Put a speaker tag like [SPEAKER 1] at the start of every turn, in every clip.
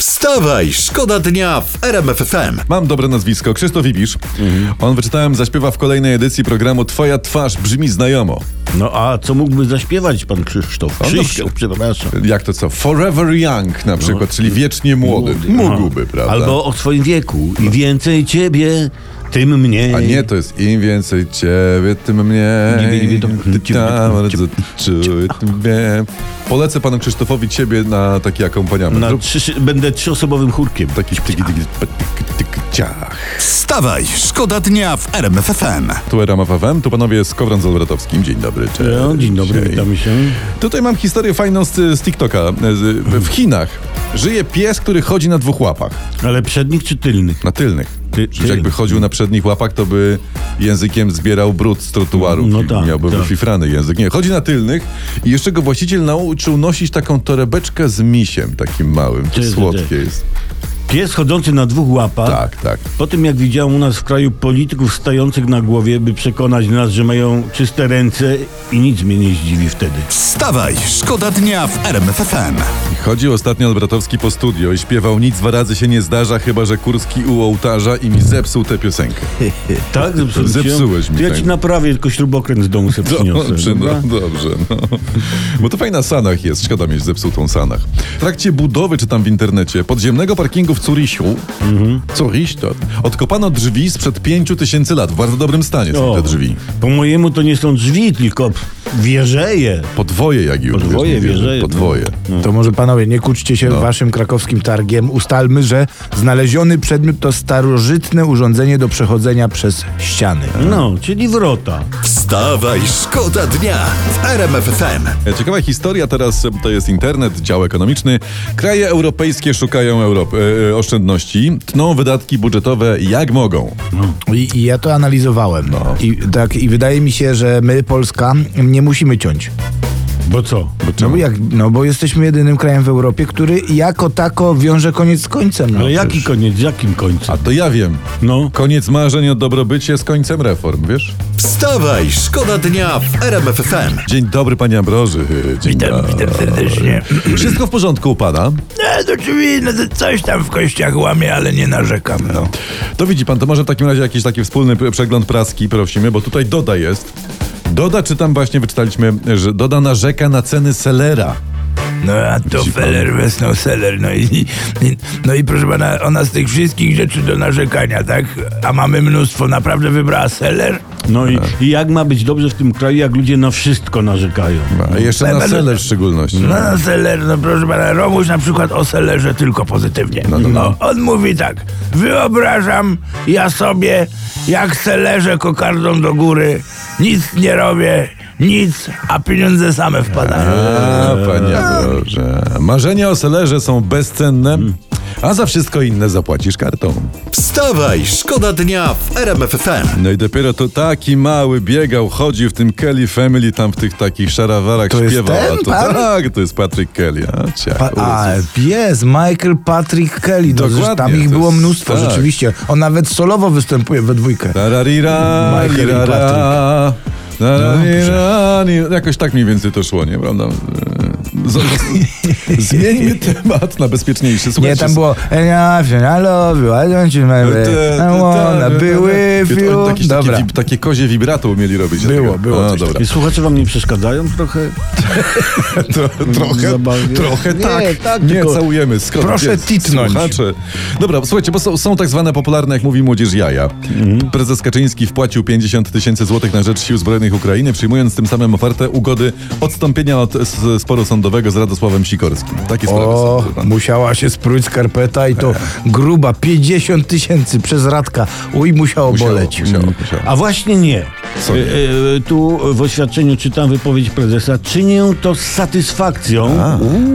[SPEAKER 1] Wstawaj, szkoda dnia w RMFFM.
[SPEAKER 2] Mam dobre nazwisko, Krzysztof Ibisz. On wyczytałem, zaśpiewa w kolejnej edycji programu Twoja twarz brzmi znajomo.
[SPEAKER 3] No a co mógłby zaśpiewać pan Krzysztof? Krzysztof, przepraszam.
[SPEAKER 2] Jak to co? Forever Young
[SPEAKER 3] No,
[SPEAKER 2] na przykład, czyli wiecznie młody. Mógłby, prawda?
[SPEAKER 3] y, Albo o swoim wieku. Im więcej ciebie, tym mniej.
[SPEAKER 2] A nie, to jest im więcej ciebie, tym
[SPEAKER 3] Nie, nie,
[SPEAKER 2] mniej.
[SPEAKER 3] nie, to-
[SPEAKER 2] Ty tam bardzo czuję, tym wiem. Polecę panu Krzysztofowi ciebie na taki akompaniament.
[SPEAKER 3] Na
[SPEAKER 2] Zrób
[SPEAKER 3] trzy, będę trzyosobowym chórkiem.
[SPEAKER 2] taki tyki, tyki, tyki, tyki, ciach.
[SPEAKER 1] Wstawaj, szkoda dnia w RMFFM.
[SPEAKER 2] Tu Era FM, tu panowie z Kowran z Olbratowskim. Dzień dobry, cześć.
[SPEAKER 3] No, dzień dobry, witamy się.
[SPEAKER 2] Tutaj mam historię fajną z, z TikToka. Z, w Chinach żyje pies, który chodzi na dwóch łapach.
[SPEAKER 3] Ale przednik czy tylny?
[SPEAKER 2] Na tylnych.
[SPEAKER 3] Ty-
[SPEAKER 2] Czyli jakby
[SPEAKER 3] tylny.
[SPEAKER 2] chodził na przednich łapach, to by językiem zbierał brud z trotuarów.
[SPEAKER 3] No
[SPEAKER 2] i
[SPEAKER 3] tak,
[SPEAKER 2] Miałby
[SPEAKER 3] tak.
[SPEAKER 2] wyfifrany język. Nie, chodzi na tylnych i jeszcze go właściciel nauczył nosić taką torebeczkę z misiem, takim małym.
[SPEAKER 3] ty, ty.
[SPEAKER 2] Słodkie jest.
[SPEAKER 3] Pies chodzący na dwóch łapach.
[SPEAKER 2] Tak, tak.
[SPEAKER 3] Po tym, jak widziałem u nas w kraju polityków stających na głowie, by przekonać nas, że mają czyste ręce i nic mnie nie zdziwi wtedy.
[SPEAKER 1] Wstawaj, szkoda dnia w RMFFM.
[SPEAKER 2] Chodził ostatnio Albratowski po studio i śpiewał nic dwa razy się nie zdarza, chyba że Kurski u ołtarza i mi zepsuł tę piosenkę.
[SPEAKER 3] Tak? Zepsułem
[SPEAKER 2] Zepsułeś
[SPEAKER 3] cię?
[SPEAKER 2] mi
[SPEAKER 3] To ja
[SPEAKER 2] tak.
[SPEAKER 3] ci naprawię, tylko śrubokręt z domu sobie przyniosę.
[SPEAKER 2] Dobrze,
[SPEAKER 3] dobra?
[SPEAKER 2] no, dobrze. No. Bo to fajna Sanach jest, szkoda mieć zepsutą Sanach. W trakcie budowy, czy tam w internecie, podziemnego parkingu w Curisiu, mhm. odkopano drzwi sprzed 5000 lat. W bardzo dobrym stanie są
[SPEAKER 3] O,
[SPEAKER 2] te drzwi.
[SPEAKER 3] Po mojemu to nie są drzwi, tylko wieżeje.
[SPEAKER 2] Podwoje, jak już
[SPEAKER 3] Podwoje,
[SPEAKER 2] wiesz, mówię, że
[SPEAKER 3] wieże, no.
[SPEAKER 2] Podwoje.
[SPEAKER 4] To może panowie, nie kłóćcie się waszym krakowskim targiem. Ustalmy, że znaleziony przedmiot to starożytne urządzenie do przechodzenia przez ściany.
[SPEAKER 3] No, czyli wrota.
[SPEAKER 1] Wstawaj, szkoda dnia w RMFFM.
[SPEAKER 3] No.
[SPEAKER 2] E, Ciekawa historia teraz, e, to jest internet, dział ekonomiczny. Kraje europejskie szukają Europy, e, e, oszczędności, tną wydatki budżetowe jak mogą.
[SPEAKER 4] I, i ja to analizowałem. I, tak, I wydaje mi się, że my, Polska, nie musimy ciąć.
[SPEAKER 3] Bo co?
[SPEAKER 4] No bo, jak, no bo jesteśmy jedynym krajem w Europie, który jako tako wiąże koniec z końcem. No,
[SPEAKER 3] Ale jaki
[SPEAKER 4] przecież.
[SPEAKER 3] koniec, z jakim końcem?
[SPEAKER 2] A to ja wiem.
[SPEAKER 3] No.
[SPEAKER 2] Koniec marzeń o dobrobycie z końcem reform, wiesz?
[SPEAKER 1] Wstawaj, szkoda dnia w RMFFM.
[SPEAKER 2] Dzień dobry, panie Ambroży. Dzień dobry.
[SPEAKER 4] serdecznie.
[SPEAKER 2] Wszystko w porządku u pana?
[SPEAKER 4] No, oczywiście, coś tam w kościach łamie, ale nie narzekam. No.
[SPEAKER 2] To widzi pan, to może w takim razie jakiś taki wspólny p- przegląd praski prosimy, bo tutaj Doda jest. Doda, czy tam właśnie wyczytaliśmy, że Doda narzeka na ceny selera.
[SPEAKER 4] No a to Feller Wesno Seller, no i, i, no i proszę pana, ona z tych wszystkich rzeczy do narzekania, tak? A mamy mnóstwo, naprawdę wybrała Seller?
[SPEAKER 3] No i,
[SPEAKER 4] Tak.
[SPEAKER 3] i jak ma być dobrze w tym kraju, jak ludzie na wszystko narzekają?
[SPEAKER 2] A jeszcze na seler w szczególności.
[SPEAKER 4] No na Seller, no proszę pana, Romuś na przykład o Sellerze tylko pozytywnie. No, on mówi tak, wyobrażam ja sobie, jak Sellerze kokardą do góry, nic nie robię, nic, a pieniądze same wpadają.
[SPEAKER 2] A, panie Ambroże. Marzenia o selerze są bezcenne, a za wszystko inne zapłacisz kartą.
[SPEAKER 1] Wstawaj, szkoda dnia w RMFFM.
[SPEAKER 2] No i dopiero to taki mały biegał, chodził w tym Kelly Family, tam w tych takich szarawarach
[SPEAKER 4] To jest
[SPEAKER 2] śpiewał.
[SPEAKER 4] ten
[SPEAKER 2] a to,
[SPEAKER 4] pan?
[SPEAKER 2] tak, to jest Patrick Kelly. A, cia,
[SPEAKER 4] Pa, a, pies, Michael Patrick Kelly. To
[SPEAKER 2] Dokładnie,
[SPEAKER 4] Dokładnie, tam ich
[SPEAKER 2] to
[SPEAKER 4] było
[SPEAKER 2] jest-
[SPEAKER 4] mnóstwo,
[SPEAKER 2] tak.
[SPEAKER 4] rzeczywiście. On nawet solowo występuje we dwójkę.
[SPEAKER 2] Tararira,
[SPEAKER 4] Michael i
[SPEAKER 2] rirara,
[SPEAKER 4] Patrick. No,
[SPEAKER 2] tararira, ni- Jakoś tak mniej więcej to szło, nie? Prawda? Z, z, zmieńmy temat na bezpieczniejszy.
[SPEAKER 4] Nie,
[SPEAKER 2] Słuchajcie,
[SPEAKER 4] tam było I love you, I don't you
[SPEAKER 2] te-
[SPEAKER 4] remember,
[SPEAKER 2] te-
[SPEAKER 4] I
[SPEAKER 2] te-
[SPEAKER 4] wanna be with
[SPEAKER 2] Oni
[SPEAKER 4] you.
[SPEAKER 2] Takie, takie,
[SPEAKER 4] Dobra.
[SPEAKER 2] wib- takie kozie vibrato umieli robić.
[SPEAKER 4] Było,
[SPEAKER 2] Dlatego-
[SPEAKER 4] było
[SPEAKER 2] A,
[SPEAKER 4] coś
[SPEAKER 2] No dobra.
[SPEAKER 3] I słuchacze wam nie przeszkadzają trochę?
[SPEAKER 2] Tro- trochę,
[SPEAKER 3] Zabawię.
[SPEAKER 2] trochę
[SPEAKER 3] Nie,
[SPEAKER 2] tak.
[SPEAKER 3] tak,
[SPEAKER 2] nie
[SPEAKER 3] tylko-
[SPEAKER 2] całujemy. Skąd
[SPEAKER 4] Proszę
[SPEAKER 2] jest?
[SPEAKER 4] titnąć.
[SPEAKER 2] Słuchacze. Dobra, słuchajcie, bo są, są tak zwane popularne, jak mówi młodzież, jaja. Prezes Kaczyński wpłacił 50 tysięcy złotych na rzecz Sił Zbrojnych Ukrainy, przyjmując tym samym ofertę ugody odstąpienia od s- sporu sądowego z Radosławem Sikorskim. Takie sprawy
[SPEAKER 4] O,
[SPEAKER 2] są. kurwa.
[SPEAKER 4] musiała się spróć skarpeta i to gruba, 50 tysięcy przez Radka. Uj, musiało,
[SPEAKER 2] Musiało,
[SPEAKER 4] boleć.
[SPEAKER 2] musiało, musiało.
[SPEAKER 3] A właśnie nie.
[SPEAKER 2] Co nie?
[SPEAKER 3] E, e, tu w oświadczeniu czytam wypowiedź prezesa. Czynię to z satysfakcją,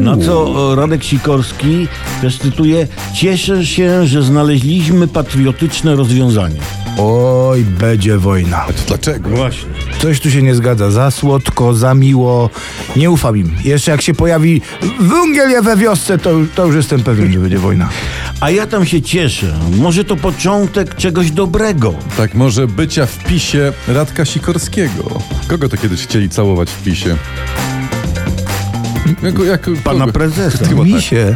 [SPEAKER 3] na co e, Radek Sikorski też cytuję Cieszę się, że znaleźliśmy patriotyczne rozwiązanie.
[SPEAKER 4] Oj, będzie wojna.
[SPEAKER 2] To Dlaczego?
[SPEAKER 3] Właśnie.
[SPEAKER 4] Coś tu się nie zgadza. Za słodko, za miło. Nie ufam im. Jeszcze jak się pojawi węgiel we wiosce, to, to już jestem pewien, że będzie wojna.
[SPEAKER 3] A ja tam się cieszę. Może to początek czegoś dobrego.
[SPEAKER 2] Tak może bycia w pisie Radka Sikorskiego. Kogo to kiedyś chcieli całować w pisie? Jak, jak,
[SPEAKER 3] Pana
[SPEAKER 2] kogo?
[SPEAKER 3] prezesa.
[SPEAKER 2] Chyba tak.
[SPEAKER 4] Mi się.